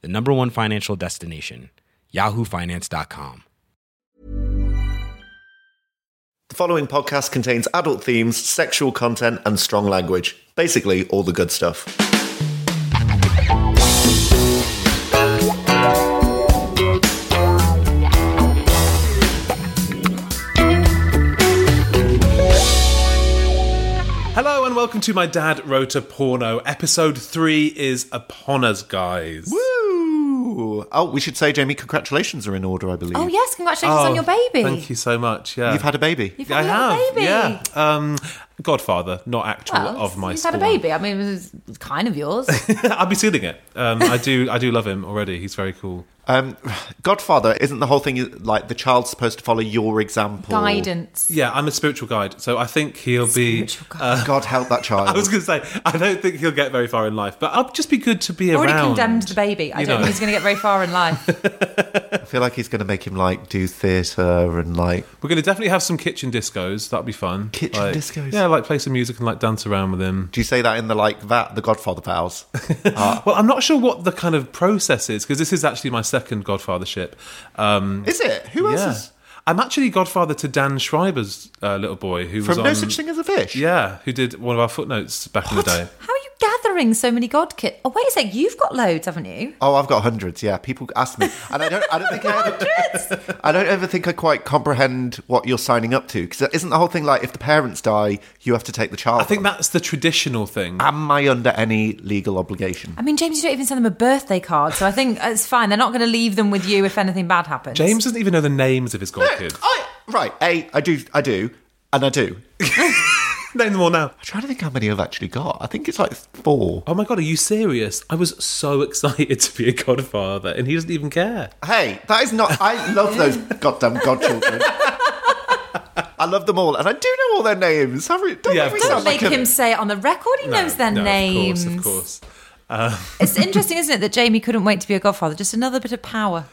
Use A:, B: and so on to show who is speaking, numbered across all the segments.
A: the number one financial destination, yahoofinance.com.
B: The following podcast contains adult themes, sexual content, and strong language. Basically, all the good stuff.
C: Hello and welcome to My Dad Wrote a Porno. Episode 3 is upon us, guys.
B: Woo! Oh, we should say, Jamie, congratulations are in order, I believe.
D: Oh yes, congratulations on your baby.
C: Oh, Thank you so much. Yeah.
B: You've had a baby.
D: You've
C: I
D: had a
C: have.
D: little baby.
C: Yeah. Um, Godfather, not actual
D: Well,
C: of my Oh,
D: he's
C: spawn.
D: had a baby. I mean, it's kind of yours.
C: I'll be sealing it. Um, I do I do love him already. He's very cool.
B: Um, Godfather, isn't the whole thing like the child's supposed to follow your example?
D: Guidance.
C: Yeah, I'm a spiritual guide, so I think he'll be
D: Spiritual guide.
B: Uh, God help that child.
C: I was going to say, I don't think he'll get very far in life, but I'll just be good to be
D: Already
C: around.
D: condemned the baby. I
C: You
D: don't
C: know.
D: think he's going to get very far in life.
B: I feel like he's going to make him like do theatre and like.
C: We're going to definitely have some kitchen discos. That'll be fun.
B: Kitchen
C: Like-
B: discos.
C: Yeah, like play some music and like dance around with him.
B: Do you say that in the like that the Godfather vows?
C: Well, I'm not sure what the kind of process is because this is actually my second Godfathership. Um,
B: Is it? Who else
C: yeah,
B: is
C: I'm actually Godfather to Dan Schreiber's uh, little boy who was
B: from
C: on,
B: No Such Thing as a Fish?
C: Yeah, who did one of our footnotes back in the day.
D: How are you gathering so many god kits? Oh wait a sec, you've got loads, haven't you?
B: Oh, I've got hundreds. Yeah, people ask me, and I don't. I don't think I ever. I don't ever think I quite comprehend what you're signing up to because isn't the whole thing like if the parents die, you have to take the child?
C: I think
B: on?
C: that's the traditional thing.
B: Am I under any legal obligation?
D: I mean, James, you don't even send them a birthday card, so I think it's fine. They're not going to leave them with you if anything bad happens.
C: James doesn't even know the names of his god kids.
B: I right. A, I do. I do, and I do. I'm
C: Name them all now.
B: trying to think how many I've actually got. I think it's like four.
C: Oh my god, are you serious? I was so excited to be a godfather, and he doesn't even care.
B: Hey, that is not. I love those goddamn godchildren. I love them all, and I do know all their names. Have we- Don't
C: Yeah,
B: make me
C: of
D: Don't
B: sound
D: make
B: like a-
D: him say it on the record. He knows their
C: no,
D: names.
C: Of course, of course.
D: It's interesting, isn't it, that Jamie couldn't wait to be a godfather? Just another bit of power.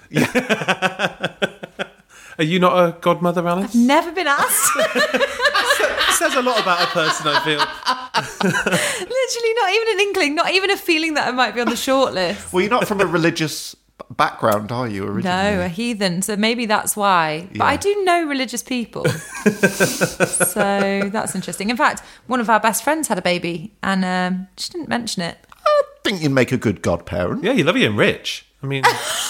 C: Are you not a godmother, Alice?
D: Never been asked.
C: says a lot about a person, I feel.
D: Literally, not even an inkling, not even a feeling that I might be on the short list.
B: Well, you're not from a religious b- background, are you? Originally?
D: No, a heathen. So maybe that's why. But I do know religious people. so that's interesting. In fact, one of our best friends had a baby and um, she didn't mention it.
B: I think you'd make a good godparent.
C: Yeah, you love Ian Rich. I mean,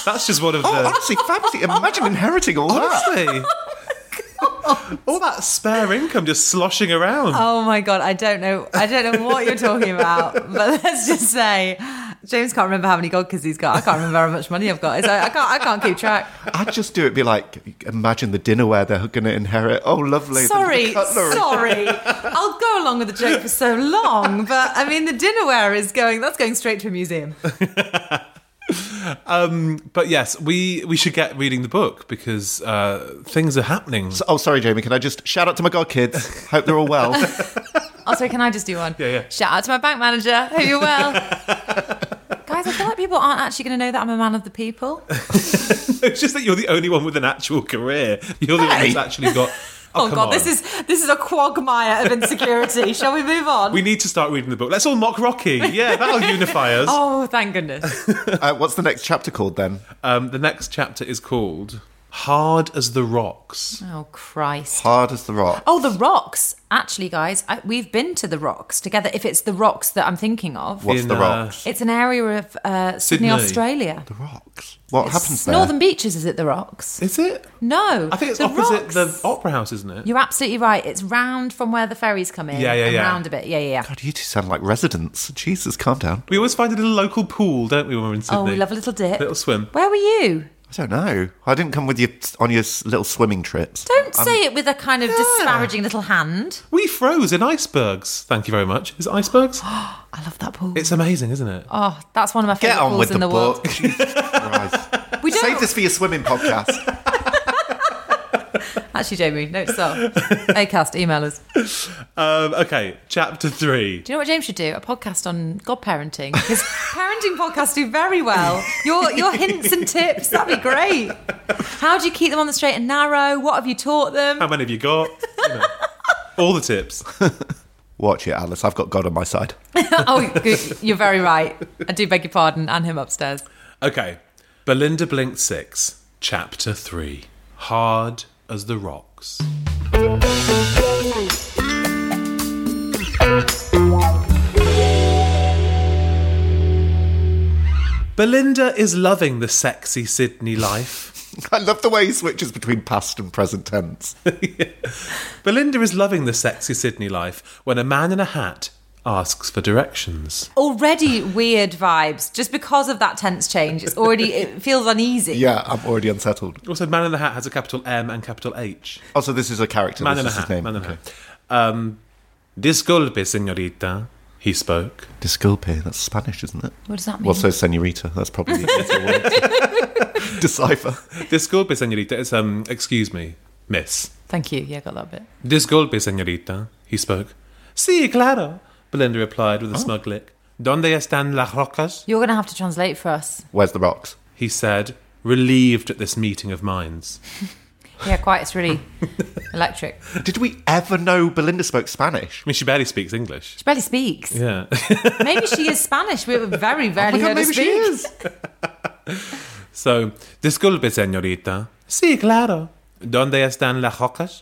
C: that's just one of
B: Oh,
C: the.
B: honestly, fancy. Imagine inheriting all that.
C: Honestly. Oh All that spare income just sloshing around.
D: Oh my god, I don't know. I don't know what you're talking about. But let's just say James can't remember how many godkids he's got. I can't remember how much money I've got. So I can't I can't keep track.
B: I'd just do it. Be like, imagine the dinnerware they're going to inherit. Oh, lovely. the
D: Sorry,
B: cutlery.
D: sorry. I'll go along with the joke for so long, but I mean the dinnerware is going that's going straight to a museum.
C: But yes, we, we should get reading the book because uh, things are happening.
B: Oh, sorry, Jamie. Can I just shout out to my godkids? Hope they're all well.
D: Also, Oh, can I just do one? Yeah,
C: yeah.
D: Shout out to my bank manager. Hope you're well. Guys, I feel like people aren't actually going to know that I'm a man of the people.
C: it's just that you're the only one with an actual career. You're the one
B: Hey.
C: that's actually got.
D: Oh,
C: come
D: god,
C: on.
D: this is this is a quagmire of insecurity. Shall we move on?
C: We need to start reading the book. Let's all mock Rocky. Yeah, that'll unify us.
D: oh, thank goodness.
B: Uh, what's the next chapter called then?
C: Um, the next chapter is called Hard as the rocks.
D: Oh, Christ.
B: Hard as the rock.
D: Oh, the rocks. Actually, guys, I, we've been to the rocks together. If it's the rocks that I'm thinking of,
B: What's
C: in,
B: the
C: uh,
B: rocks?
D: it's an area of uh, Sydney,
C: Sydney.
D: Australia.
B: the rocks. What happens there?
D: Northern Beaches, is it the rocks?
C: Is it?
D: No.
C: I think it's
D: the
C: opposite
D: rocks.
C: the opera house, isn't it?
D: You're absolutely right. It's round from where the ferries come in.
C: Yeah, yeah,
D: and
C: yeah.
D: Round a bit. Yeah, yeah, yeah.
B: God, you two sound like residents. Jesus, calm down.
C: we always find a little local pool, don't we, when we're in Sydney?
D: Oh, we love a little dip.
C: Little swim.
D: Where were you?
B: I don't know. I didn't come with you on your s- little swimming trips.
D: Don't say it with a kind of disparaging little hand.
C: We froze in icebergs. Thank you very much. Is it icebergs?
D: I love that pool.
C: it's amazing, isn't it?
D: oh, that's one of my
B: Get
D: favourite
B: on
D: pools
B: with
D: in
B: the,
D: the, world.
B: book. Jesus Christ.
D: We don't
B: Save this for your swimming podcast.
D: actually, Jamie. No, stop. Acast, email us. Do
C: Um, okay, chapter three.
D: you know what James should do? A podcast on godparenting because parenting podcasts do very well. Your your hints and tips that'd be great. How do you keep them on the straight and narrow? What have you taught them?
C: How many have you got? You know, all the tips.
B: Watch it, Alice. I've got God on my side.
D: oh, good. you're very right. I do beg your pardon, and him upstairs.
C: Okay. Belinda Blinked Six, Chapter Three. Hard as the rocks. Belinda is loving the sexy Sydney life.
B: I love the way he switches between past and present tense.
C: Belinda is loving the sexy Sydney life when a man in a hat asks for directions.
D: Already weird vibes just because of that tense change. It's already it feels uneasy.
B: Yeah, I'm already unsettled.
C: Also, man in the hat has a capital M and capital H.
B: Also, this is a character.
C: Man
B: this
C: in a
B: is
C: hat.
B: his name.
C: Man in a hat. Um, Disculpe, senorita. He spoke.
B: Disculpe. That's Spanish, isn't it?
D: What does that mean?
B: Well, so senorita. That's probably the easier word. Decipher.
C: Disculpe, senorita. It's um, excuse me, miss.
D: Thank you. Yeah, got that bit.
C: Disculpe, senorita. He spoke. Si, claro. Belinda replied with a smug lick. Donde están las rocas?
D: You're going to have to translate for us.
B: Where's the rocks?
C: He said, relieved at this meeting of minds.
D: Yeah, quite. It's really electric. She
B: Did we ever know Belinda spoke Spanish?
C: I mean, she barely speaks English.
D: barely speaks.
C: Yeah.
D: Maybe she is Spanish. We were very
B: Oh my
D: rarely
B: God,
D: heard her
B: maybe she
D: speak.
B: is.
C: So, disculpe, señorita. Sí, claro. ¿Dónde están las rocas?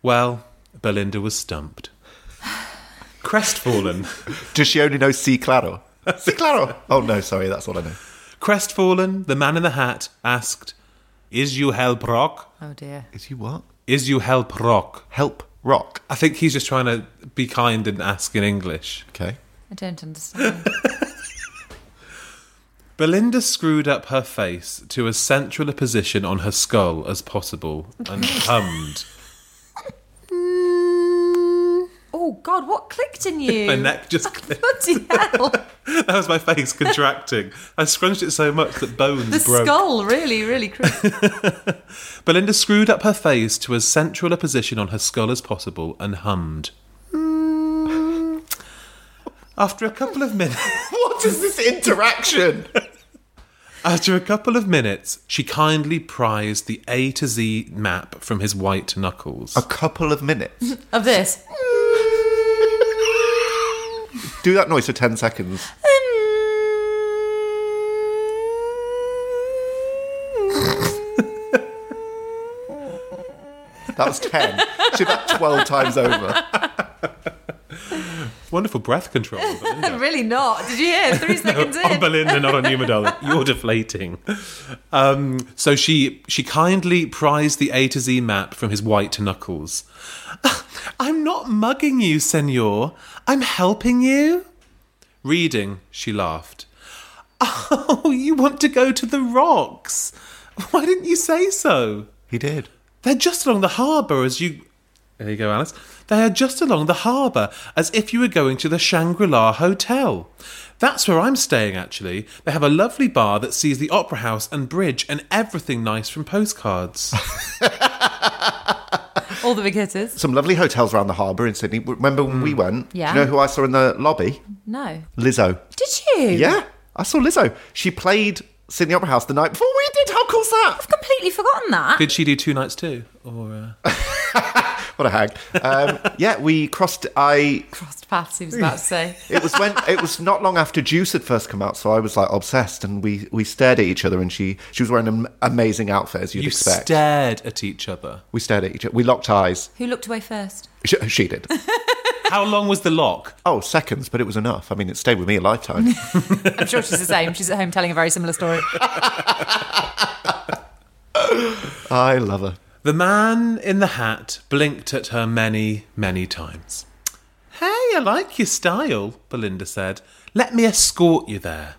C: Well, Belinda was stumped. Crestfallen.
B: Does she only know Si Claro? Si Claro. Oh no, sorry, that's all I know.
C: Crestfallen, the man in the hat asked, Is you help rock?
D: Oh dear.
B: Is you what?
C: Is you help rock?
B: Help rock.
C: I think he's just trying to be kind and ask in English.
B: Okay.
D: I don't understand.
C: Belinda screwed up her face to as central a position on her skull as possible and hummed.
D: oh God, what clicked in you?
C: My neck just clicked.
D: Bloody hell.
C: That was my face contracting. I scrunched it so much that bones
D: The
C: broke.
D: skull really, really creeped.
C: Belinda screwed up her face to as central a position on her skull as possible and hummed. After a couple of minutes,
B: What is this interaction?
C: after a couple of minutes, she kindly prized the A to Z map from his white knuckles.
B: A couple of minutes.
D: of this.
B: Do that noise for ten seconds. That was ten. She did that twelve times over.
C: Wonderful breath control. Belinda.
D: really not. Did you hear? Three seconds
C: on
D: in.
C: Belinda, not on you, Madonna. You're deflating. Um, so she she kindly prized the A to Z map from his white knuckles. I'm not mugging you, senor. I'm helping you. Reading, she laughed. Oh, you want to go to the rocks? Why didn't you say so?
B: He did.
C: They're just along the harbour as you. There you go, Alice. They are just along the harbour as if you were going to the Shangri La Hotel. That's where I'm staying, actually. They have a lovely bar that sees the Opera House and bridge and everything nice from postcards.
D: All the big hitters.
B: Some lovely hotels around the harbour in Sydney. Remember when we went?
D: Yeah.
B: Do you know who I saw in the lobby?
D: No.
B: Lizzo.
D: Did you?
B: Yeah, I saw Lizzo. She played Sydney Opera House the night before we did. How cool's that?
D: Completely forgotten that.
C: Did she do two nights too? Or uh...
B: What a hag. Um, yeah, we crossed. I.
D: Crossed paths, he was about to say.
B: It was when it was not long after Juice had first come out, so I was like obsessed, and we we stared at each other, and she she was wearing an amazing outfit as you'd
C: You
B: expect.
C: stared at each other.
B: we stared at each other. We locked eyes.
D: Who looked away first?
B: She, she did.
C: How long was the lock?
B: Oh, seconds, but it was enough. I mean, it stayed with me a lifetime.
D: I'm sure she's the same. She's at home telling a very similar story.
B: I love her.
C: The man in the hat blinked at her many, many times. Hey, I like your style, Belinda said. Let me escort you there.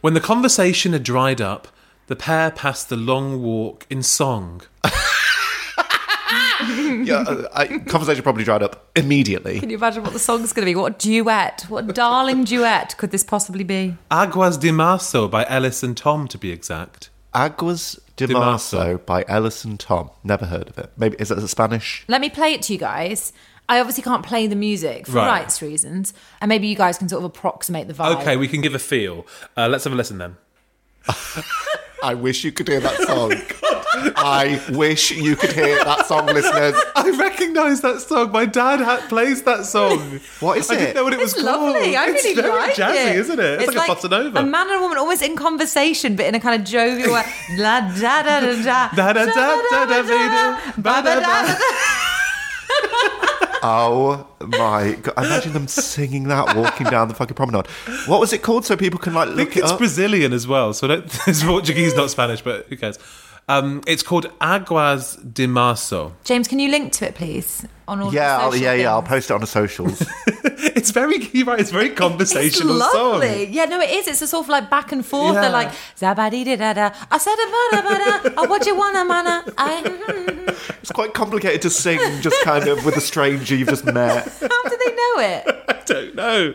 C: When the conversation had dried up, the pair passed the long walk in song.
B: Yeah, uh, I, conversation probably dried up immediately.
D: Can you imagine what the song's going to be? What duet? What darling duet could this possibly be?
C: Aguas de Marzo by Ellis and Tom, to be exact.
B: Aguas de
C: De Marzo.
B: Marzo by Ellison Tom. Never heard of it. Maybe is it Spanish?
D: Let me play it to you guys. I obviously can't play the music for
C: Right.
D: rights reasons, and maybe you guys can sort of approximate the vibe.
C: Okay, we can give a feel. Uh, let's have a listen then.
B: I wish you could hear that song. I wish you could hear that song, listeners.
C: I recognise that song. My dad ha- plays that song.
B: What is
C: I
B: it?
C: didn't know what it was
D: It's lovely. I
C: called.
D: really
C: it's very
D: like
C: jazzy,
D: it.
C: isn't it? It's, like, a bossa nova.
D: A man and a woman always in conversation, but in a kind of jovial way. La da da da da.
C: Da da da da da da.
D: Ba ba da da da.
B: Oh my god! Imagine them singing that walking down the fucking promenade. What was it called? So people can like
C: I think
B: look it
C: it's
B: up.
C: Brazilian as well, so I don't, it's Portuguese, not Spanish, but who cares? Um, it's called Aguas de Março.
D: James, can you link to it, please? On all
B: yeah,
D: the
B: I'll,
D: social
B: yeah, yeah. I'll
D: things.
B: post it on the socials.
C: It's very, you're right, it's a very conversational
D: it's
C: song.
D: lovely. Yeah, no, it is. It's a sort of like back and forth.
C: Yeah.
D: They're like zabadi da da. I said a bada bada. I what you wanna mana. I, hmm,
B: it's quite complicated to sing, just kind of with a stranger you've just met.
D: how do they know it?
C: I don't know.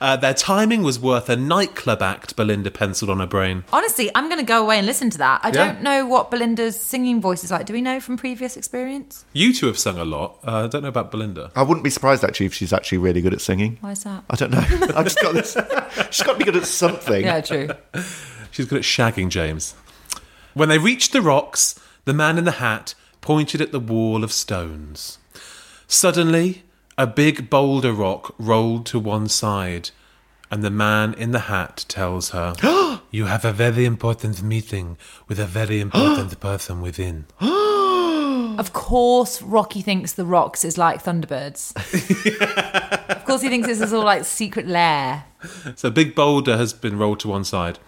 C: Uh, their timing was worth a nightclub act, Belinda penciled on her brain.
D: Honestly, I'm going to go away and listen to that. I
C: Yeah.
D: don't know what Belinda's singing voice is like. Do we know from previous experience?
C: You two have sung a lot. Uh, I don't know about Belinda.
B: I wouldn't be surprised actually if she's actually really good at singing.
D: Why is that?
B: I don't know. I just got this. She's got to be good at something.
D: Yeah, true.
C: She's good at shagging James. When they reached the rocks, the man in the hat pointed at the wall of stones. Suddenly, a big boulder rock rolled to one side, and the man in the hat tells her, You have a very important meeting with a very important person within.
D: Of course, Rocky thinks the rocks is like Thunderbirds. of course, he thinks this is all like secret lair.
C: So, a big boulder has been rolled to one side.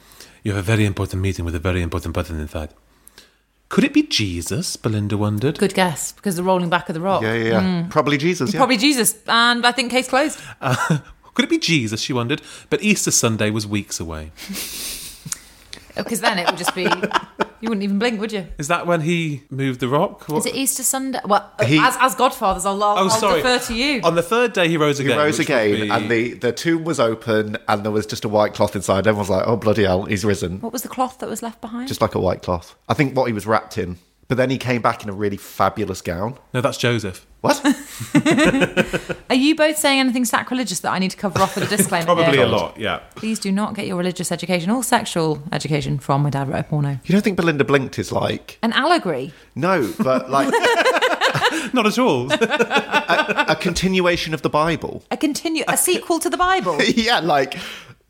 C: You have a very important meeting with a very important person inside. Could it be Jesus? Belinda wondered.
D: Good guess because the rolling back of the rock.
B: yeah, yeah. yeah. Probably Jesus. Yeah.
D: Probably Jesus, and I think case closed.
C: Could it be Jesus? She wondered. But Easter Sunday was weeks away.
D: Because then it would just be you wouldn't even blink, would you?
C: Is that when he moved the rock? What-
D: Is it Easter Sunday? Well,
B: He-
D: as, as Godfathers, I'll, I'll,
C: Oh, sorry.
D: defer to you.
C: On the third day, he rose
B: He
C: again.
B: rose
C: which would
B: again,
C: be-
B: and the, the tomb was open, and there was just a white cloth inside. Everyone was like, "Oh bloody hell, he's risen!"
D: what was the cloth that was left behind?
B: Just like a white cloth. I think what he was wrapped in. But then he came back in a really fabulous gown.
C: no, that's Joseph.
B: What?
D: Are you both saying anything sacrilegious that I need to cover off with a disclaimer?
C: Probably
D: here?
C: a lot. Yeah.
D: Please do not get your religious education or sexual education from my dad wrote a porno.
B: you don't think Belinda blinked is like
D: An allegory.
B: no, but like
C: Not at all.
B: a continuation of the Bible.
D: A continue a sequel to the Bible.
B: yeah, like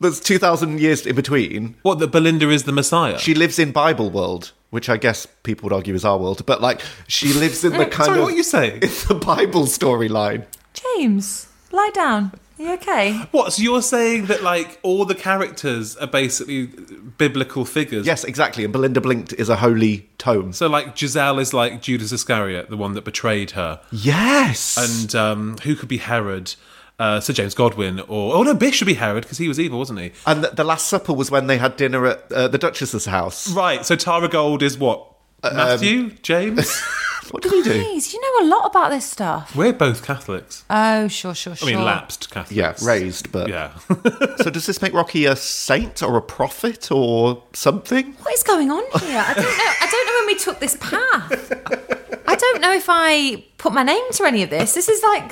B: there's two thousand years in between.
C: what? That Belinda is the Messiah.
B: She lives in Bible world, which I guess people would argue is our world, but like she lives in the kind
C: Sorry,
B: of
C: what are you saying?
B: in the Bible storyline.
D: James, lie down. Are you okay?
C: What? So you're saying that like all the characters are basically biblical figures?
B: Yes, exactly. And Belinda blinked is a holy tome.
C: So like Giselle is like Judas Iscariot, the one that betrayed her,
B: Yes.
C: and um, who could be Herod? Uh, Sir James Godwin, or oh no, Bish should be Herod because he was evil, wasn't he?
B: And the, the Last Supper was when they had dinner at uh, the Duchess's house.
C: Right. So Tara Gold is what?
B: Uh, um,
C: Matthew, James.
B: What did we do?
D: Please, you know a lot about this stuff.
C: We're both Catholics.
D: Oh, sure, sure,
C: I
D: sure.
C: mean, lapsed Catholics.
B: Yeah, raised, but.
C: Yeah.
B: So does this make Rocky a saint or a prophet or something?
D: What is going on here? I don't know. I don't know when we took this path. I don't know if I put my name to any of this. This is like,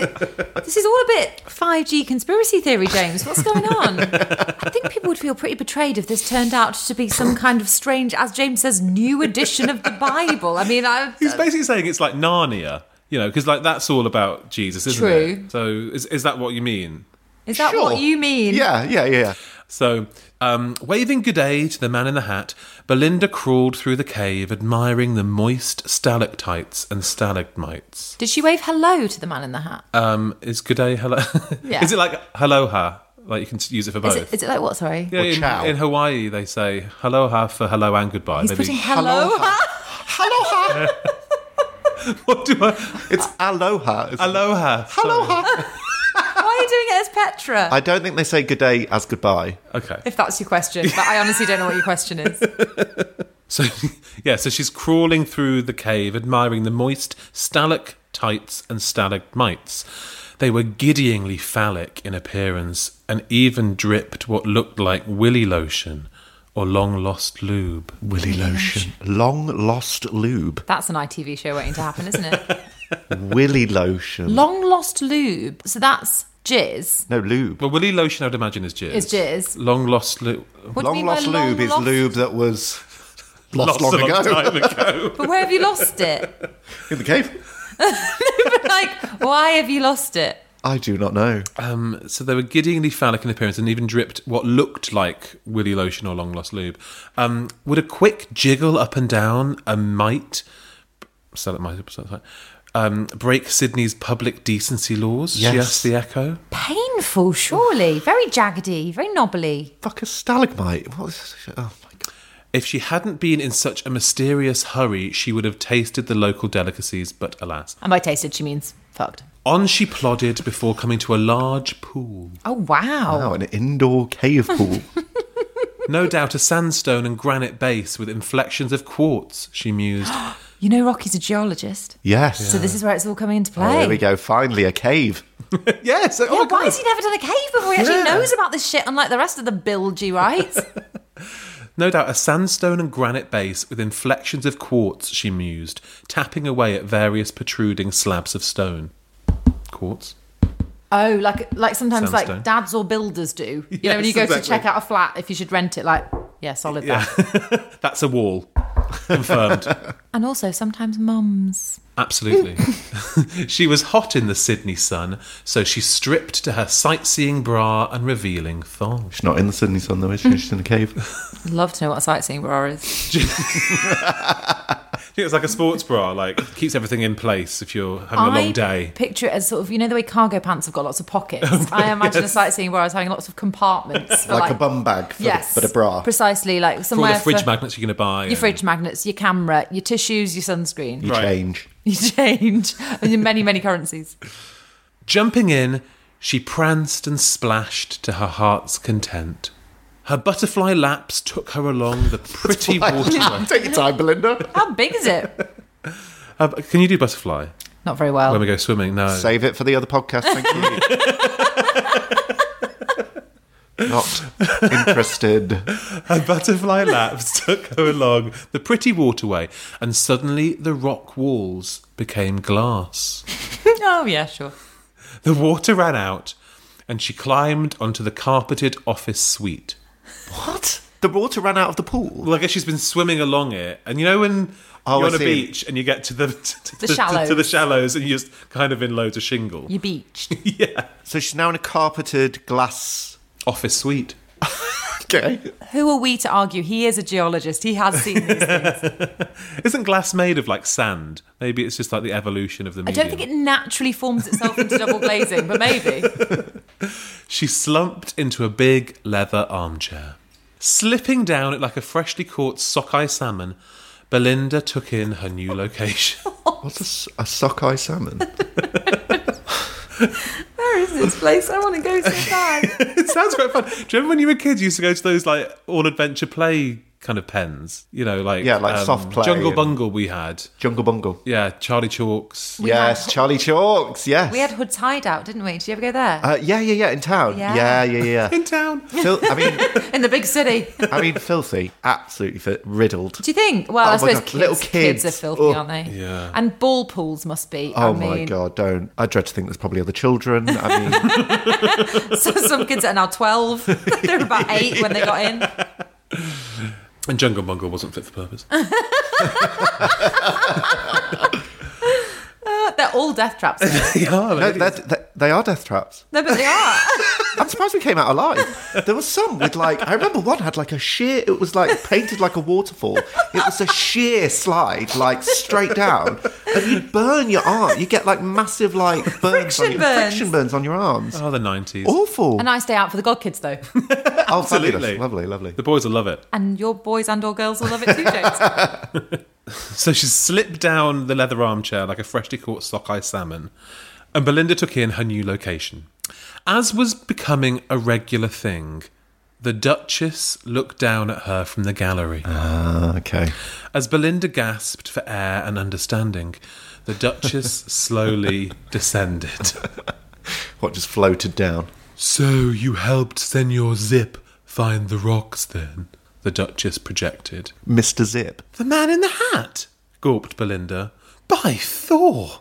D: this is all a bit 5G conspiracy theory, James. What's going on? I think people would feel pretty betrayed if this turned out to be some kind of strange, as James says, new edition of the Bible. I mean, I.
C: He's basically saying it's like Narnia. You know, because like that's all about Jesus, isn't
D: True.
C: it? So is is that what you mean?
D: Is that what
B: Sure.
D: you mean?
B: Yeah, yeah, yeah.
C: So, um, waving good day to the man in the hat, Belinda crawled through the cave, admiring the moist stalactites and stalagmites.
D: Did she wave hello to the man in the hat?
C: Um, is good day hello?
D: Yeah.
C: is it like aloha? Like you can use it for both.
D: is, it, is it like what? Sorry.
C: Yeah,
B: Or ciao.
C: in, in Hawaii, they say aloha for hello and goodbye.
D: He's
C: Maybe-
D: putting hello.
B: Aloha.
C: what do I?
B: it's aloha. isn't it?
C: Aloha. Aloha.
D: Why are you doing it as Petra?
B: I don't think they say good day as goodbye.
C: Okay.
D: if that's your question, but I honestly don't know what your question is.
C: So, yeah, so she's crawling through the cave, admiring the moist stalactites and stalagmites. They were giddyingly phallic in appearance and even dripped what looked like willy lotion or long lost lube.
B: Willy lotion. Long lost lube.
D: That's an ITV show waiting to happen, isn't it?
B: Willy lotion.
D: Long lost lube. So that's jizz.
B: no, lube.
C: Well, willy lotion, I'd imagine, is jizz.
D: Is jizz.
C: Long lost lube.
D: What
B: long
D: do you mean by
B: lost lube is
D: lost-
B: lube that was lost,
C: Lost
B: long ago
C: time ago.
D: But where have you lost it?
B: in the cave.
D: like, why have you lost it?
B: I do not know.
C: Um, So they were giddyingly phallic in appearance and even dripped what looked like willy lotion or long lost lube. Um, would a quick jiggle up and down a mite, sell it might, um, break Sydney's public decency laws? Yes. She
B: Yes.
C: asked the echo.
D: Painful, surely. Very jaggedy, very knobbly.
B: Fuck a stalagmite. What is oh my god.
C: If she hadn't been in such a mysterious hurry, she would have tasted the local delicacies, but alas.
D: And by tasted, she means fucked.
C: On she plodded before coming to a large pool.
D: Oh, wow.
B: Wow, an indoor cave pool.
C: No doubt a sandstone and granite base with inflections of quartz, she mused.
D: You know, Rocky's a geologist.
B: yes.
D: So this is where it's all coming into play.
B: Oh, there we go. Oh Finally, a cave.
C: yes! oh
D: Yeah, why has he never done a cave before? He
C: Yeah.
D: actually knows about this shit, unlike the rest of the bilgy rights.
C: No doubt a sandstone and granite base with inflections of quartz, she mused, tapping away at various protruding slabs of stone. Quartz?
D: oh, like like sometimes
C: Sandstone.
D: like dads or builders do. You know, when you
C: Yes,
D: go to
C: exactly.
D: check out a flat, if you should rent it, like yeah, solid that.
C: That's a wall. Confirmed.
D: And also sometimes mums.
C: Absolutely. she was hot in the Sydney sun, so she stripped to her sightseeing bra and revealing thong.
B: She's not in the Sydney sun though, is she? She's in a cave.
D: I'd love to know what a sightseeing bra is.
C: It's like a sports bra, like keeps everything in place if you're having a long day.
D: picture it as sort of you know the way cargo pants have got lots of pockets. I imagine a sightseeing bra is having lots of compartments, for,
B: like, a bum bag for,
D: Yes,
B: but a bra.
D: Precisely, like
C: For all
D: somewhere
C: the fridge
D: for
C: magnets you're going to buy.
D: your fridge magnets, your camera, your tissues, your sunscreen,
B: You
C: Right.
B: change.
D: your change, and your many many currencies.
C: Jumping in, she pranced and splashed to her heart's content. Her butterfly laps took her along the pretty waterway.
B: Take your time, Belinda.
D: How big is it?
C: Uh, can you do butterfly
D: Not very well.
C: when we go swimming? No.
B: Save it for the other podcast. Thank you. not interested.
C: Her butterfly laps took her along the pretty waterway, and suddenly the rock walls became glass.
D: oh yeah, sure.
C: The water ran out, and she climbed onto the carpeted office suite.
B: What? The water ran out of the pool.
C: Well, I guess she's been swimming along it, and you know when
B: Oh,
C: you're
B: I
C: on a
B: see.
C: beach and you get to the to, to- to-
D: shallows.
C: to the shallows, and you're just kind of in loads of shingle.
D: You're beached.
B: So she's now in a carpeted glass.
C: Office suite.
B: Okay.
D: Who are we to argue? He is a geologist. He has seen these things.
C: Isn't glass made of like sand? Maybe it's just like the evolution of the
D: I
C: medium.
D: don't think it naturally forms itself into double glazing, but maybe.
C: She slumped into a big leather armchair. Slipping down it like a freshly caught sockeye salmon, Belinda took in her new location.
B: What's a, s- a sockeye salmon?
D: Where is this place? I want to go so bad.
C: it sounds quite fun. Do you remember when you were kids, you used to go to those like all adventure play kind of pens? You know, like um,
B: Yeah, like soft play
C: Jungle
B: and-
C: Bungle we had.
B: Jungle Bungle.
C: Yeah, Charlie Chalks.
B: yes, Charlie Chalks. Yes.
D: We had Hood's Hideout, didn't we? Did you ever go there?
B: Uh, yeah, yeah, yeah. In town.
D: Yeah.
B: Yeah, yeah, yeah.
C: In town.
B: Fil- I mean,
D: In the big city.
B: I mean, filthy. Absolutely fi- riddled.
D: Do you think? Well,
B: Oh
D: I
B: my
D: suppose
B: God,
D: kids,
B: little
D: kids.
B: kids.
D: are filthy,
B: Oh.
D: aren't they?
C: Yeah.
D: And ball pools must be.
B: Oh
D: I mean,
B: my god, don't! I dread to think there's probably other children. I mean,
D: So some kids are now 12. they were about eight when they got in.
C: And Jungle Bungle wasn't fit for purpose.
D: But They're they're all death traps. though.
C: Yeah,
B: No,
C: like-
B: they're, they they are death traps.
D: no, but they are.
B: I'm surprised we came out alive. There was some with like I remember one had like a sheer. It was like painted like a waterfall. It was a sheer slide, like straight down, and you'd burn your arm. You get like massive like burns,
D: Friction
B: on your,
D: burns.
B: friction burns on your arms.
C: oh, the 90s.
B: Awful.
D: A nice day out for the god kids, though.
B: oh,
C: Absolutely.
B: fabulous. Lovely, lovely.
C: The boys will love it.
D: And your boys and or girls will love it too, James.
C: So she slipped down the leather armchair like a freshly caught sockeye salmon, and Belinda took in her new location. As was becoming a regular thing, the Duchess looked down at her from the gallery.
B: Ah, okay.
C: As Belinda gasped for air and understanding, the Duchess slowly descended.
B: What just floated down?
C: So you helped Senor Zip find the rocks then? The Duchess projected.
B: Mr. Zip.
C: The man in the hat, gulped Belinda. By Thor!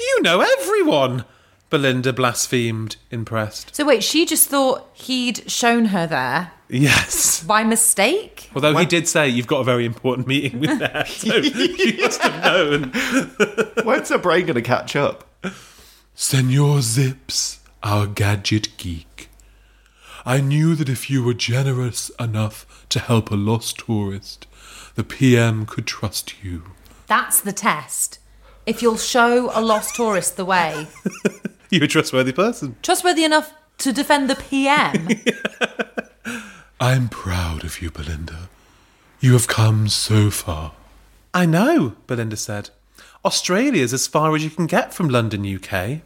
C: You know everyone! Belinda blasphemed, impressed.
D: so wait, she just thought he'd shown her there
C: Yes.
D: by mistake.
C: Although he did say you've got a very important meeting with that, so she must have known.
B: When's her brain going to catch up?
C: Senor Zips, our gadget geek. I knew that if you were generous enough to help a lost tourist, the PM could trust you.
D: That's the test. If you'll show a lost tourist the way,
C: You're a trustworthy person.
D: trustworthy enough to defend the PM.
C: I'm proud of you, Belinda. You have come so far. I know, Belinda said. Australia's as far as you can get from London, UK.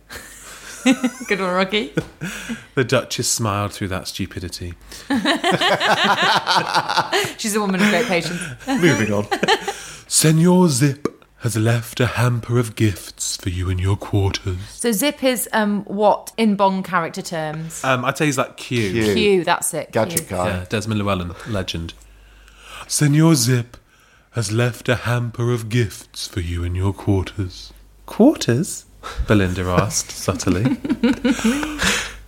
D: Good one, Rocky.
C: The Duchess smiled through that stupidity.
D: She's a woman of great patience.
B: Moving on.
C: Senor Zip has left a hamper of gifts for you in your quarters.
D: So zip is um what in Bond character terms?
C: Um, I'd say he's like Q.
B: Cute.
D: Q. That's it.
B: Gadget
D: Q.
B: guy.
C: Yeah, Desmond Llewellyn, legend. Senor Zip has left a hamper of gifts for you in your quarters. Quarters? Belinda asked subtly.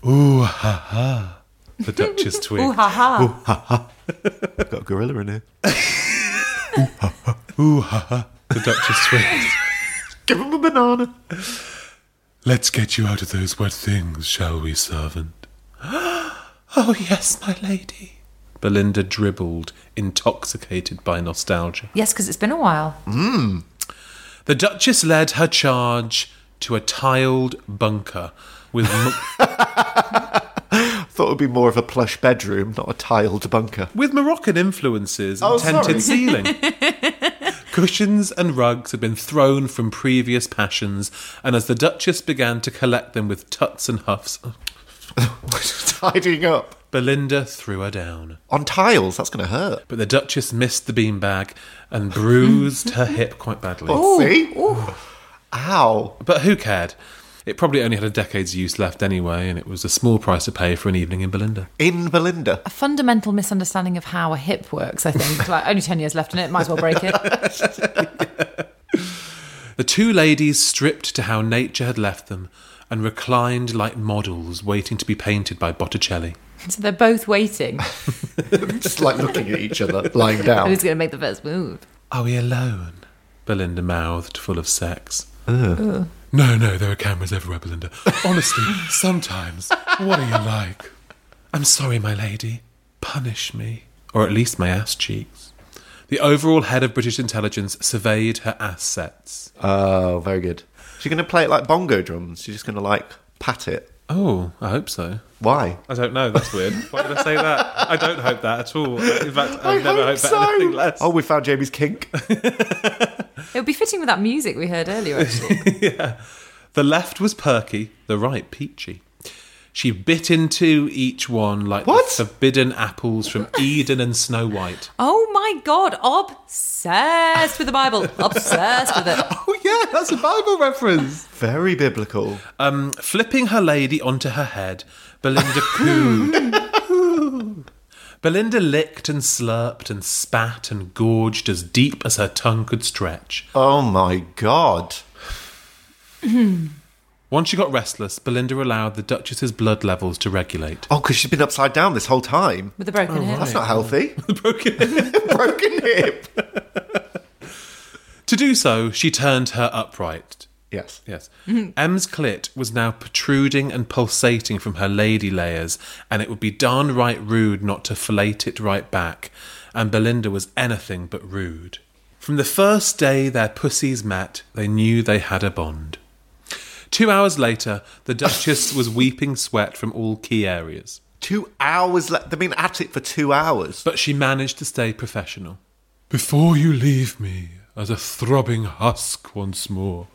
C: Ooh, ha ha. The Duchess
D: Ooh
C: twigged.
D: ha ha.
B: Got a gorilla in here.
C: Ooh, ha ha. The Duchess twigged.
B: Give him a banana.
C: Let's get you out of those wet things, shall we, servant? oh, yes, my lady. Belinda dribbled, intoxicated by nostalgia.
D: Yes, because it's been a while.
C: The Duchess led her charge to a tiled bunker with. Mo-
B: Thought it would be more of a plush bedroom, not a tiled bunker.
C: With Moroccan influences and
B: Oh,
C: tented
B: sorry.
C: ceiling. Cushions and rugs had been thrown from previous passions, and as the Duchess began to collect them with tuts and huffs,
B: Tidying up.
C: Belinda threw her down.
B: On tiles, that's going to hurt.
C: But the Duchess missed the beanbag and bruised her hip quite badly.
B: See? Ow.
C: But who cared? It probably only had a decade's use left anyway, and it was a small price to pay for an evening in Belinda.
B: In Belinda.
D: A fundamental misunderstanding of how a hip works. I think like only ten years left in it. Might as well break it.
C: The two ladies stripped to how nature had left them and reclined like models waiting to be painted by Botticelli.
D: so they're both waiting.
B: Just like looking at each other, lying down.
D: Who's going to make the first move?
C: Are we alone? Belinda mouthed, full of sex. No, no, there are cameras everywhere, Belinda. Honestly, sometimes. What are you like? I'm sorry, my lady. Punish me. Or at least my ass cheeks. The overall head of British intelligence surveyed her assets.
B: Oh, very good. She's going to play it like bongo drums. She's just going to like pat it.
C: Oh, I hope so.
B: Why?
C: I don't know. That's weird. Why did I say that? I don't hope that at all. In fact, I've never hoped that anything less.
B: Oh, we found Jamie's kink.
D: It would be fitting with that music we heard earlier. Actually,
C: The left was perky, the right peachy. She bit into each one like
B: What?
C: the forbidden apples from Eden and Snow White.
D: oh my god, obsessed with the Bible, obsessed with it.
C: Oh yeah, that's a Bible reference.
B: Very biblical.
C: Um, flipping her lady onto her head, Belinda cooed. Belinda licked and slurped and spat and gorged as deep as her tongue could stretch.
B: Oh my god.
C: Once she got restless, Belinda allowed the Duchess's blood levels to regulate.
B: Oh, because she's been upside down this whole time.
D: With the broken hip.
B: That's not healthy.
C: Broken.
B: Broken hip.
C: to do so, she turned her upright.
B: Yes.
C: Yes. M's clit was now protruding and pulsating from her lady layers, and it would be downright rude not to fillet it right back. And Belinda was anything but rude. From the first day their pussies met, they knew they had a bond. Two hours later, the Duchess was weeping sweat from all key areas,
B: Two hours. Le- they've been at it for two hours.
C: but she managed to stay professional. Before you leave me as a throbbing husk once more.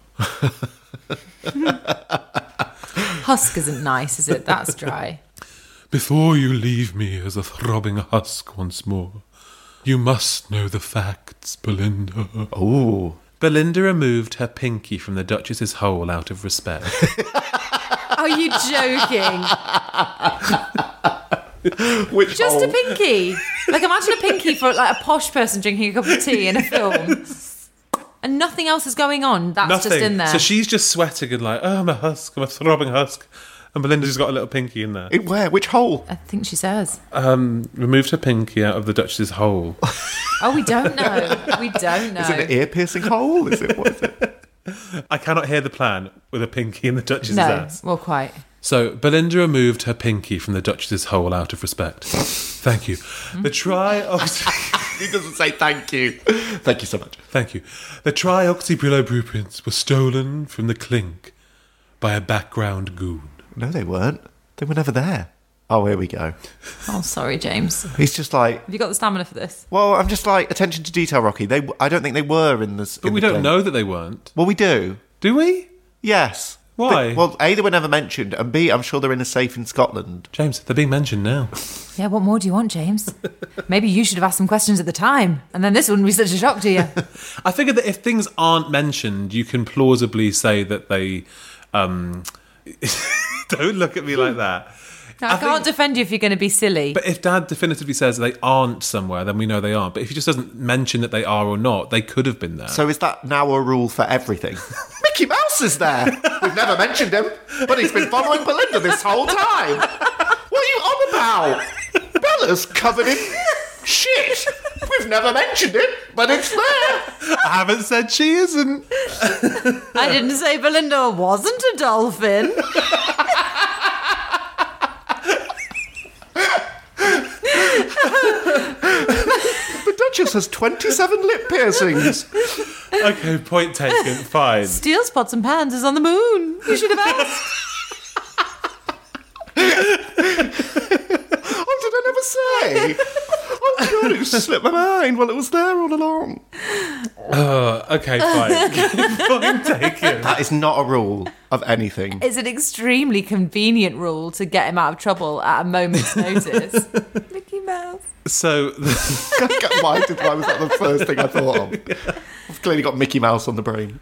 D: Husk isn't nice, is it? That's dry.
C: Before you leave me as a throbbing husk once more, you must know the facts, Belinda.
B: Ooh.
C: Belinda removed her pinky from the Duchess's hole out of respect.
D: Are you joking?
B: Which
D: Just a
B: hole?
C: Oh.
D: pinky. Like imagine a pinky for like a posh person drinking a cup of tea in a film. And nothing else is going on. That's just in there.
C: So she's just sweating and like, oh, I'm a husk, I'm a throbbing husk. And Belinda's just got a little pinky in there.
B: In where? Which hole?
D: I think she says.
C: Um, removed her pinky out of the Duchess's hole.
D: Oh, we don't know. We don't know.
B: Is it an ear piercing hole? Is it? What is it?
C: I cannot hear the plan with a pinky in the Duchess's
D: no,
C: ass.
D: well, quite.
C: So Belinda removed her pinky from the Duchess's hole out of respect. Thank you. The trioxy
B: He doesn't say thank you. Thank you so much.
C: Thank you. The trioxybilobruprins were stolen from the clink by a background goon.
B: No, they weren't. They were never there. Oh, here we go.
D: Oh, sorry, James. Have
B: He's just like,
D: you got the stamina for this?
B: well, I'm just like attention to detail, Rocky. They, I don't think they were in this.
C: But
B: in
C: we
B: the
C: don't
B: game.
C: know that they weren't,
B: Well, we do.
C: do we?
B: Yes.
C: Why?
B: They- well, A, they were never mentioned, and B, I'm sure they're in a safe in Scotland.
C: James, they're being mentioned now.
D: Yeah, what more do you want, James? Maybe you should have asked some questions at the time, and then this wouldn't be such a shock to you.
C: I figured that if things aren't mentioned, you can plausibly say that they. Um, don't look at me like that.
D: No, I,
C: I
D: can't
C: think-
D: defend you if you're going to be silly.
C: But if Dad definitively says they aren't somewhere, then we know they aren't. But if he just doesn't mention that they are or not, they could have been there.
B: So is that now a rule for everything? Mickey Mouse is there. We've never mentioned him, but he's been following Belinda this whole time. What are you on about? Bella's covered in shit. We've never mentioned it, but it's there.
C: I haven't said she isn't.
D: I
C: uh,
D: didn't say Belinda wasn't a dolphin.
B: The Duchess has 27 lip piercings.
C: Okay, point taken. Fine.
D: Steel spots and pans is on the moon. You should have asked.
B: Oh, did I never say? Oh, God, it just slipped my mind. Well, it was there all along.
C: Okay, fine. point taken.
B: That is not a rule of anything.
D: It's an extremely convenient rule to get him out of trouble at a moment's notice. Mickey Mouse.
C: So
B: Why, did, why was that the first thing I thought of? I've clearly got Mickey Mouse on the brain.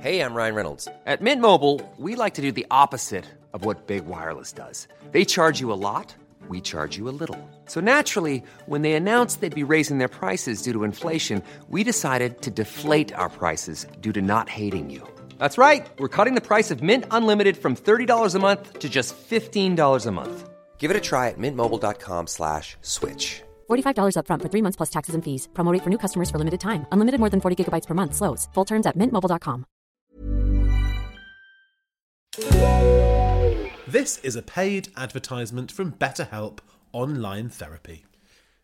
E: Hey, I'm Ryan Reynolds. At Mint Mobile, we like to do the opposite of what Big Wireless does. They charge you a lot, we charge you a little. So naturally, when they announced they'd be raising their prices due to inflation, we decided to deflate our prices due to not hating you. That's right. We're cutting the price of Mint Unlimited from $30 a month to just $15 a month. Give it a try at mintmobile.com slash switch.
F: $45 upfront for three months plus taxes and fees. Promo rate for new customers for limited time. Unlimited more than 40 gigabytes per month. Slows. Full terms at mintmobile.com.
C: this is a paid advertisement from BetterHelp Online Therapy.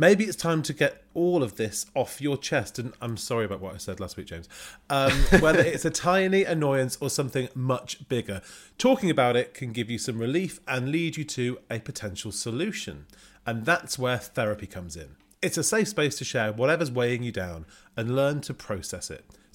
C: Maybe it's time to get all of this off your chest. And I'm sorry about what I said last week, James. Um, whether it's a tiny annoyance or something much bigger, talking about it can give you some relief and lead you to a potential solution. And that's where therapy comes in. It's a safe space to share whatever's weighing you down and learn to process it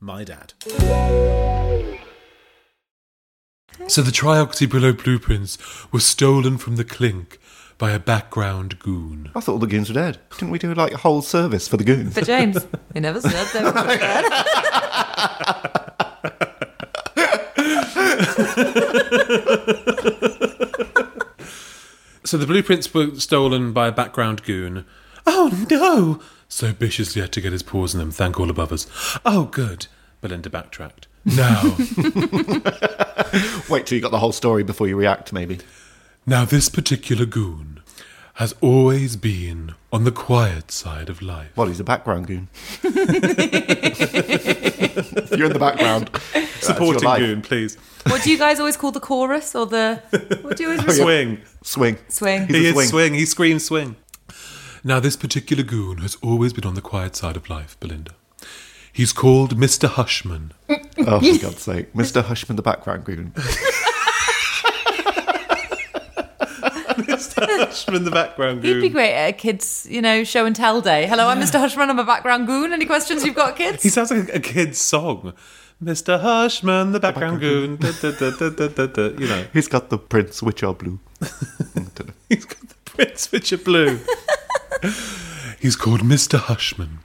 C: my dad. So the Triaxibrillo blueprints were stolen from the clink by a background goon.
B: I thought all the goons were dead. Didn't we do like a whole service for the goons?
D: For James, we never said they were prepared.
C: So the blueprints were stolen by a background goon. Oh no! So viciously had to get his paws in them, thank all above us. Oh good. Belinda backtracked. Now,
B: Wait till you got the whole story before you react, maybe.
C: now this particular goon has always been on the quiet side of life.
B: Well, he's a background goon. You're in the background. That's your
C: Supporting
B: life.
C: goon, please.
D: What do you guys always call the chorus or the? What do you always refer-
C: Swing.
B: Swing.
D: swing?
B: He's
C: He
B: a
C: is swing.
B: swing.
C: He screams swing. Now, this particular goon has always been on the quiet side of life, Belinda. He's called Mr. Hushman.
B: Oh, for God's sake. Mr. Hushman, the background goon.
C: Mr. Hushman, the background
D: He'd be great at a kids, you know, show and tell day. Hello, I'm Mr. Hushman. I'm a background goon. Any questions you've got, kids?
C: He sounds like a kid's song. Mr. Hushman, the background goon. Da, da, da, da, da, da, da. You know,
B: He's got the prints, which are blue. Dunno.
C: he's got the prints which are blue. he's called Mr. Hushman,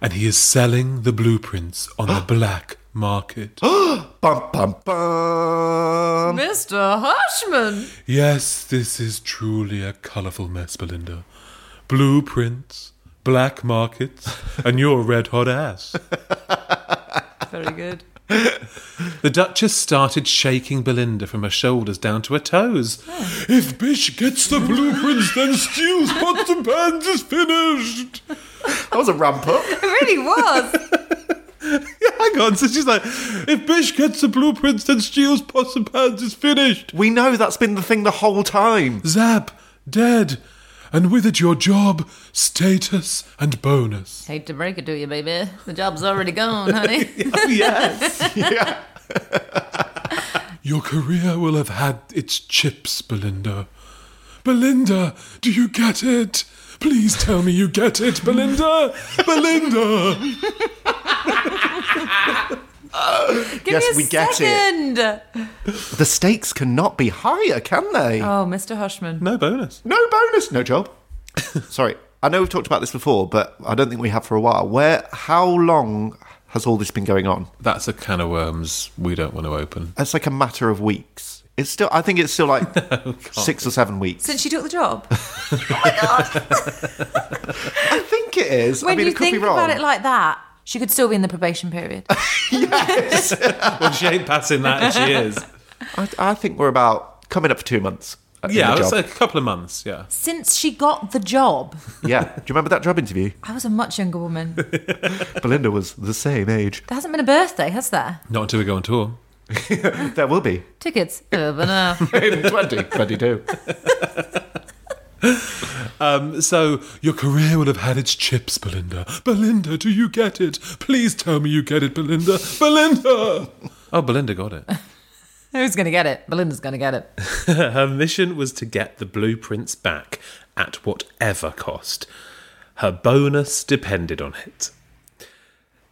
C: and he is selling the blueprints on the black market.
B: bum, bum, bum.
D: Mr. Hushman.
C: Yes, this is truly a colourful mess, Belinda. Blueprints, black markets, and your red hot ass.
D: Very good.
C: The Duchess started shaking Belinda from her shoulders down to her toes. Oh. If Bish gets the blueprints, then steals but the band is finished.
B: That was a ramp up.
D: It really was.
C: Hang on, so she's like, if Bish gets the blueprints, then steals pots and pans is finished.
B: We know that's been the thing the whole time.
C: Zap, dead, and with it your job, status, and bonus.
D: Hate to break it to you, baby. The job's already gone, honey.
C: Your career will have had its chips, Belinda. Belinda, do you get it? Please tell me you get it, Belinda. Belinda.
D: Give
B: Yes,
D: me a
B: we get it.
D: second.
B: The stakes cannot be higher, can they?
D: Oh, Mr. Hushman.
C: No bonus.
B: No bonus, no job. Sorry, I know we've talked about this before, but I don't think we have for a while. Where, how long has all this been going on?
C: That's a can of worms we don't want to open.
B: It's like a matter of weeks. It's still, I think it's still like six or seven weeks.
D: Since she took the job,
B: I think it is.
D: when
B: I mean,
D: you
B: it could
D: think
B: be wrong.
D: about it like that, she could still be in the probation period.
C: Well, she ain't passing that if she is.
B: I, I think we're about coming up for two months. uh, in
C: Yeah,
B: the
C: it's
B: job.
C: a couple of months, yeah.
D: Since she got the job,
B: yeah. Do you remember that job interview?
D: I was a much younger woman. There
B: Belinda was the same age.
D: hasn't been a birthday, has there?
C: Not until we go on tour.
B: There will be
D: Tickets. Oh, but no.
B: in 2022.
C: So, your career will have had its chips, Belinda. Belinda, do you get it? Please tell me you get it, Belinda. Belinda! Oh, Belinda got it.
D: Who's going to get it? Belinda's going to get it.
C: Her mission was to get the blueprints back at whatever cost. Her bonus depended on it.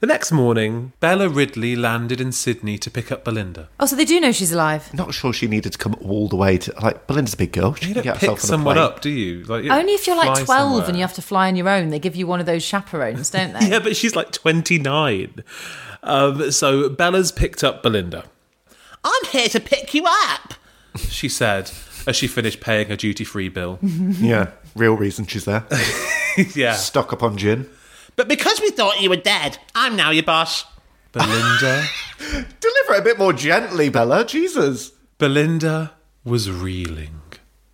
C: The next morning, Bella Ridley landed in Sydney to pick up Belinda.
D: Oh, so they do know she's alive.
B: Not sure she needed to come all the way to like Belinda's a big girl. She
C: You
B: can
C: don't
B: get
C: pick
B: herself on a
C: someone
B: plane.
C: up, do you? Like, you
D: Only if you're like
C: fly
D: 12 and you have to fly on your own. They give you one of those chaperones, don't they?
C: Yeah, but she's like 29. Um, so Bella's picked up Belinda. I'm here to pick you up, she said as she finished paying her duty free bill.
B: Yeah, real reason she's there.
C: yeah.
B: Stock up on gin.
C: But because we thought you were dead, I'm now your boss. Belinda.
B: Deliver it a bit more gently, Bella. Jesus.
C: Belinda was reeling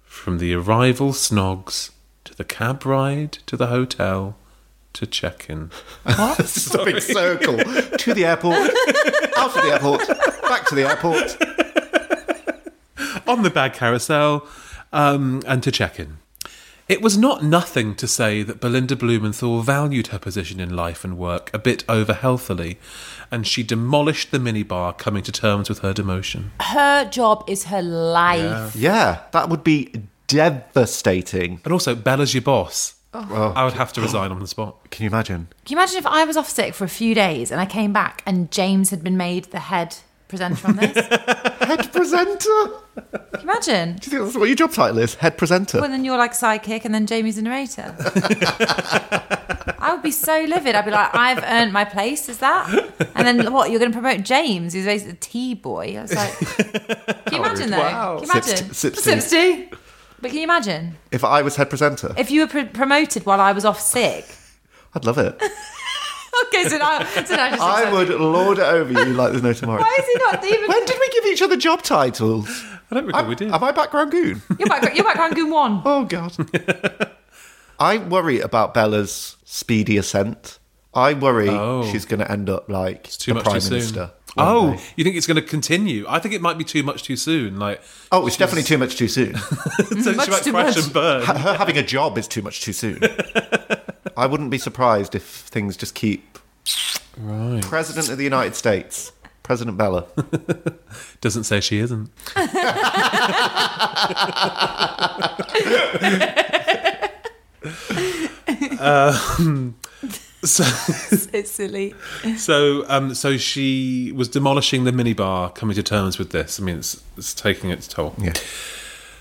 C: from the arrival snogs to the cab ride to the hotel to check in.
B: This is a big circle. to the airport, out of the airport, back to the airport.
C: On the bag carousel um, and to check in. It was not nothing to say that Belinda Blumenthal valued her position in life and work a bit over healthily, and she demolished the minibar coming to terms with her demotion.
D: Her job is her life.
B: Yeah, that would be devastating.
C: And also, Bella's your boss.
B: Oh.
G: I would have to resign on the spot.
B: Can you imagine?
D: Can you imagine if I was off sick for a few days and I came back and James had been made the head presenter on this? Can
B: Head presenter?
D: you imagine?
B: Do you think that's what your job title is? Head presenter.
D: Well, then you're like sidekick and then Jamie's the narrator. I would be so livid. I'd be like, I've earned my place, is that? And then what? You're going to promote James, who's basically the tea boy. I was like, can you imagine though?
B: Oh, Wow.
D: Can you imagine?
B: Sips- sipsy.
D: Sipsy. But can you imagine
B: If I was head presenter,
D: if you were pr- promoted while I was off sick?
B: I'd love it.
D: Okay, so now, so now I just
B: I would lord it over you like there's no tomorrow.
D: Why is he not even?
B: When did we give each other job titles?
G: I don't recall
B: I'm-
G: we did.
B: Am I background goon?
D: You're back. You're back. Rangoon one.
B: Oh god. I worry about Bella's speedy ascent. I worry she's going to end up like
G: Oh. too
B: the
G: much
B: prime
G: too soon.
B: minister. one
G: Oh,
B: day.
G: you think it's going to continue? I think it might be too much too soon. Like,
B: oh, it's definitely too much too soon.
G: so she
D: much
G: might
D: too
G: crash
D: much.
G: and burn.
B: Her having a job is too much too soon. I wouldn't be surprised if things just keep. Right. President of the United States, President Bella.
G: Doesn't say she isn't. Um, so,
D: It's silly.
G: so, um, so she was demolishing the minibar, coming to terms with this. I mean, it's, it's taking its toll.
B: Yeah.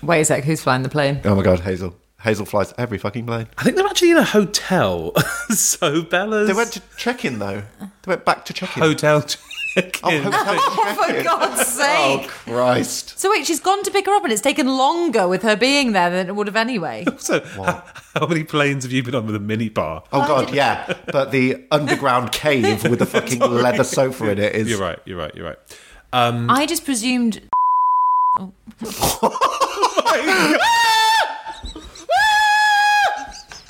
D: Wait a sec. Who's flying the plane?
B: Oh my God, Hazel. Hazel flies every fucking plane.
G: I think they're actually in a hotel. so Bella's
B: They went to check in though. They went back to check in.
G: hotel.
B: Oh,
G: check-in.
B: hotel
D: Oh, for
B: check-in.
D: God's sake.
B: Oh, Christ.
D: So wait, she's gone to pick her up, and it's taken longer with her being there than it would have anyway.
G: So, how, how many planes have you been on with a minibar?
B: Oh, God, yeah. But the underground cave with the fucking leather sofa in it is.
G: You're right. You're right. You're right. Mm.
D: I just presumed.
B: Oh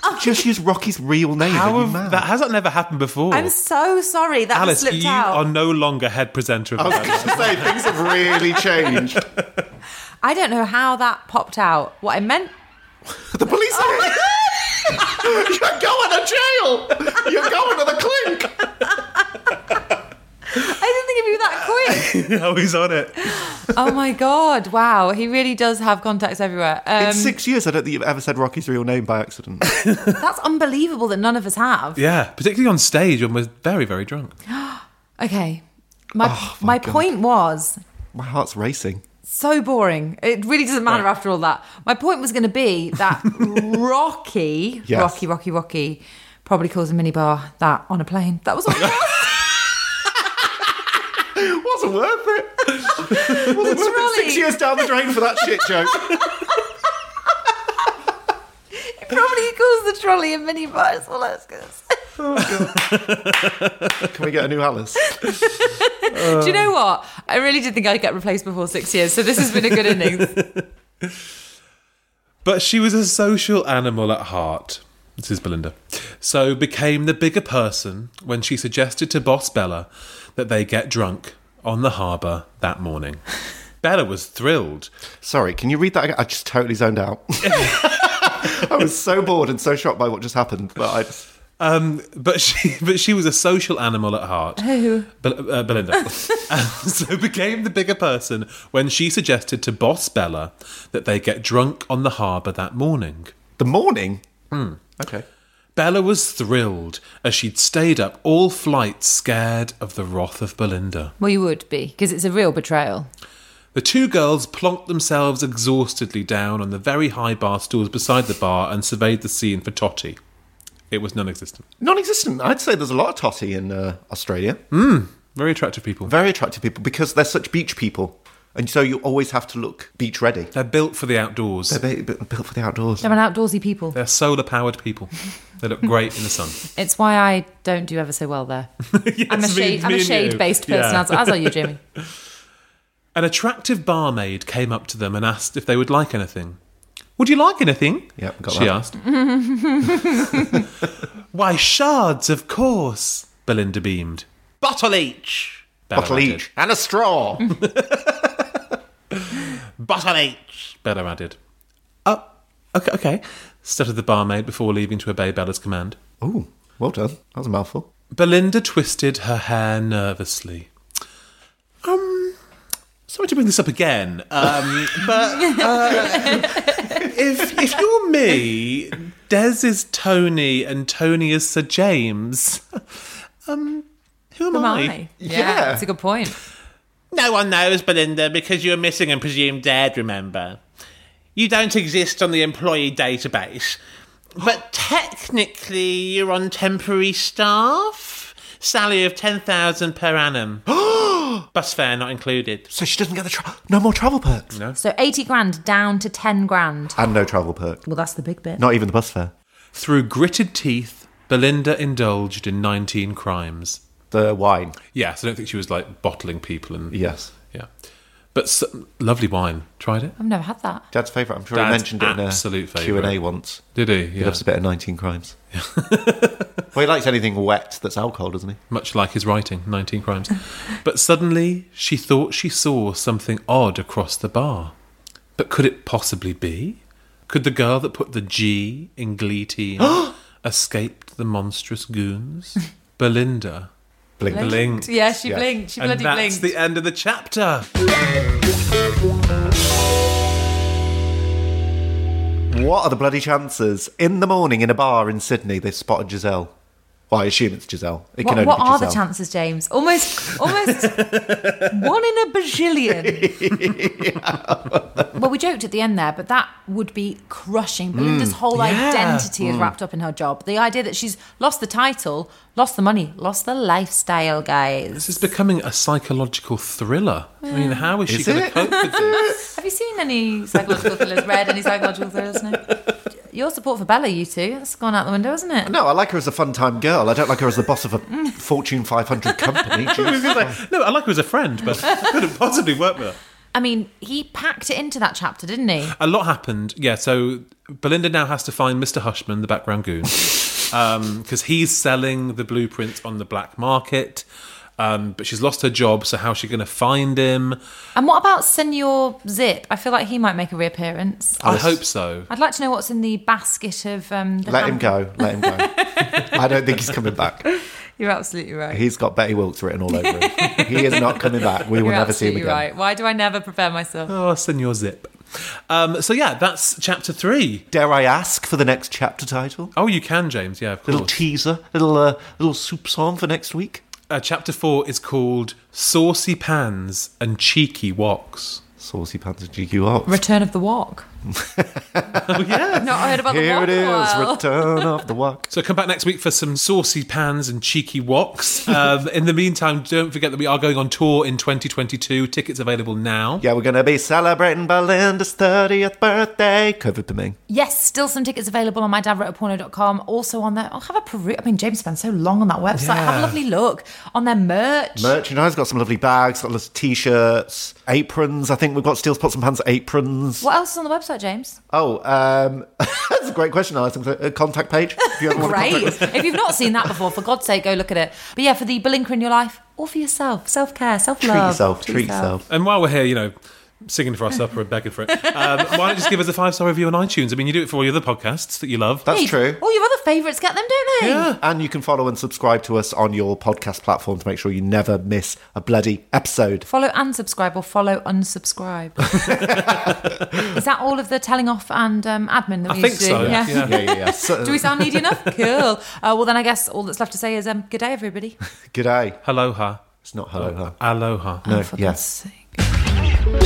B: Ah! Just use Rocky's real name.
G: Ah! How
B: are you
G: have,
B: mad?
G: that has that never happened before?
D: I'm so sorry that
G: Alice,
D: slipped
G: you
D: out.
G: are no longer head presenter of
B: I
G: the
B: was going
G: Valley.
B: to say, things have really changed.
D: I don't know how that popped out. What I meant.
B: The police are here. You're going to jail. You're going to the clink.
D: I didn't think it'd be that quick.
G: oh, he's on it.
D: oh my god! Wow, he really does have contacts everywhere.
B: In
D: Um,
B: six years, I don't think you've ever said Rocky's real name by accident.
D: that's unbelievable that none of us have.
G: Yeah, particularly on stage when we're very, very drunk.
D: Okay, my
G: Oh,
D: my point was
B: My heart's racing.
D: so boring. It really doesn't matter
G: Right.
D: after all that. My point was going to be that Rocky,
B: Yes.
D: Rocky, Rocky, Rocky, probably calls a minibar that on a plane. That was all. That's
B: It wasn't worth it. It wasn't worth it.
D: really-
B: Six years down the drain for that shit joke.
D: probably calls the trolley a minibar. That's all I was going to say.
B: Can we get a new Alice?
D: Do you know what? I really did think I'd get replaced before six years. So this has been a good innings.
G: But she was a social animal at heart. This is Belinda. So became the bigger person when she suggested to boss Bella that they get drunk on the harbour that morning. Bella was thrilled.
B: Sorry, can you read that again? I just totally zoned out. I was so bored and so shocked by what just happened that I just.
G: Um, but she, but she was a social animal at heart. Who? Bel- uh, Belinda. and so became the bigger person when she suggested to boss Bella that they get drunk on the harbour that morning.
B: The morning? Hmm, Okay.
G: Bella was thrilled as she'd stayed up all flight scared of the wrath of Belinda.
D: Well, you would be because it's a real betrayal.
G: The two girls plonked themselves exhaustedly down on the very high bar stools beside the bar and surveyed the scene for Totty. It was non existent.
B: Non existent. I'd say there's a lot of totty in uh, Australia.
G: Very attractive people.
B: Very attractive people because they're such beach people. And so you always have to look beach ready.
G: They're built for the outdoors.
B: They're ba- bu- built for the outdoors.
D: They're an outdoorsy people.
G: They're solar powered people. They look great in the sun.
D: It's why I don't do ever so well there. I'm a
G: me-
D: shade. I'm
G: me
D: a
G: and you.
D: shade-based
G: Yeah.
D: person. As, as are you, Jamie.
G: An attractive barmaid came up to them and asked if they would like anything. Would you like anything?
B: Yep, got
G: she
B: that.
G: asked. Why, shards, of course, Belinda beamed. Bottle each. Bella
B: Bottle
G: added.
B: each. And a straw.
G: Bottle each, Bella added. Oh, okay, okay, stuttered the barmaid before leaving to obey Bella's command.
B: Ooh, well done. That was a mouthful.
G: Belinda twisted her hair nervously. Um, sorry to bring this up again, um, but uh, if if you're me, Des is Tony and Tony is Sir James. Um, who am,
D: Am
G: I?
D: I? Yeah,
B: Yeah.
D: that's a good point.
G: No one knows, Belinda, because you're missing and presumed dead. Remember, you don't exist on the employee database, but technically you're on temporary staff. Salary of ten thousand per annum. Bus fare not included.
B: So she doesn't get the tra- no more travel perks.
D: So eighty grand down to ten grand.
B: And no travel perk.
D: Well, that's the big bit.
B: Not even the bus fare.
G: Through gritted teeth, Belinda indulged in 19 crimes.
B: The wine.
G: Yes, I don't think she was like bottling people and.
B: Yes.
G: Yeah. But s lovely wine. Tried it?
D: I've never had that.
B: Dad's favourite. I'm sure he
G: Dad's
B: mentioned it in a
G: absolute
B: Q and A
G: favourite.
B: once.
G: Did he?
B: He
G: Yeah.
B: loves a bit of 19 crimes. well, he likes anything wet that's alcohol, doesn't he?
G: Much like his writing, 19 crimes. but suddenly she thought she saw something odd across the bar. But could it possibly be? Could the girl that put the G in Glee Team escaped the monstrous goons? Belinda
B: Blink.
G: blinked.
D: Yeah, she
B: Yeah.
D: blinked. She
G: and
D: bloody
G: that's
D: blinked.
G: the end of the chapter.
B: What are the bloody chances? In the morning, in a bar in Sydney, they spotted Giselle. Well, I assume it's Giselle. It can only
D: What, what
B: be
D: are the
B: Giselle.
D: chances, James? Almost, almost one in a bajillion. well, we joked at the end there, but that would be crushing. Belinda's
G: Mm.
D: whole identity is wrapped up in her job. The idea that she's lost the title, lost the money, lost the lifestyle, guys.
G: This is becoming a psychological thriller. I mean, how is she going to
B: it?
G: cope with this?
D: Have you seen any psychological thrillers? Read any psychological thrillers? No. Your support for Bella, you two, that's gone out the window, hasn't it?
B: No, I like her as a fun time girl. I don't like her as the boss of a Fortune 500 company. Jesus.
G: no, I like her as a friend, but I couldn't possibly work with her.
D: I mean, he packed it into that chapter, didn't he?
G: A lot happened. Yeah, so Belinda now has to find Mr. Hushman, the background goon, because he's selling the blueprints on the black market. Um, but she's lost her job, so how's she going to find him?
D: And what about Senor Zip? I feel like he might make a reappearance.
G: I hope so.
D: I'd like to know what's in the basket of. Um, the
B: Let him
D: ham-
B: go. Let him go. I don't think he's coming back.
D: You're absolutely right.
B: He's got Betty Wilkes written all over him. He is not coming back. We will
D: You're
B: never see him
D: absolutely
B: again.
D: right. Why do I never prepare myself?
G: Oh, Senor Zip. Um, so yeah, that's chapter three.
B: Dare I ask for the next chapter title?
G: Oh, you can, James. Yeah, of course.
B: Little teaser, little uh, little soupçon for next week.
G: uh, chapter four is called Saucy Pans and Cheeky Woks.
B: Saucy Pants and GQ Ox.
D: Return of the Walk. yeah. Not heard about the
B: Oh, Here
D: Walk.
B: it
D: in a
B: is,
D: while.
B: Return of the Walk.
G: So come back next week for some saucy pans and cheeky woks. Um, in the meantime, don't forget that we are going on tour in 2022. Tickets available now.
B: Yeah, we're going to be celebrating Belinda's 30th birthday. Covid to me.
D: Yes, still some tickets available on mydadwroteaporno.com. Also on there. Oh, have a peruse. I mean, James spent so long on that website. Have a lovely look on their merch.
B: Merchandise, got some lovely bags, got lots of t shirts, aprons. I think we've got Steel Spots and Pants aprons.
D: What else is on the website, James?
B: Oh, um, that's a great question, Alison. A contact page. If you ever want to
D: Great.
B: contact us.
D: if you've not seen that before, for God's sake, go look at it. But yeah, for the blinker in your life or for yourself, self care, self
B: Treat
D: love.
B: yourself, treat yourself.
G: And while we're here, you know, singing for our supper and begging for it, um, why don't you just give us a five star review on iTunes? I mean, you do it for all your other podcasts that you love.
B: That's true.
D: All your other favourites get them, don't they?
B: And you can follow and subscribe to us on your podcast platform to make sure you never miss a bloody episode.
D: Follow and subscribe or follow unsubscribe. Is that all of the telling off and um, admin that we used
G: I think
D: to do?
G: so. Yeah.
B: Yeah, yeah, yeah. So,
D: Do we sound needy enough? Cool. Uh, well, then I guess all that's left to say is um, good day, everybody.
B: G'day.
G: Aloha.
B: It's not hello. huh?
G: Aloha.
B: No,
D: Oh, For God's
B: yes.
D: sake.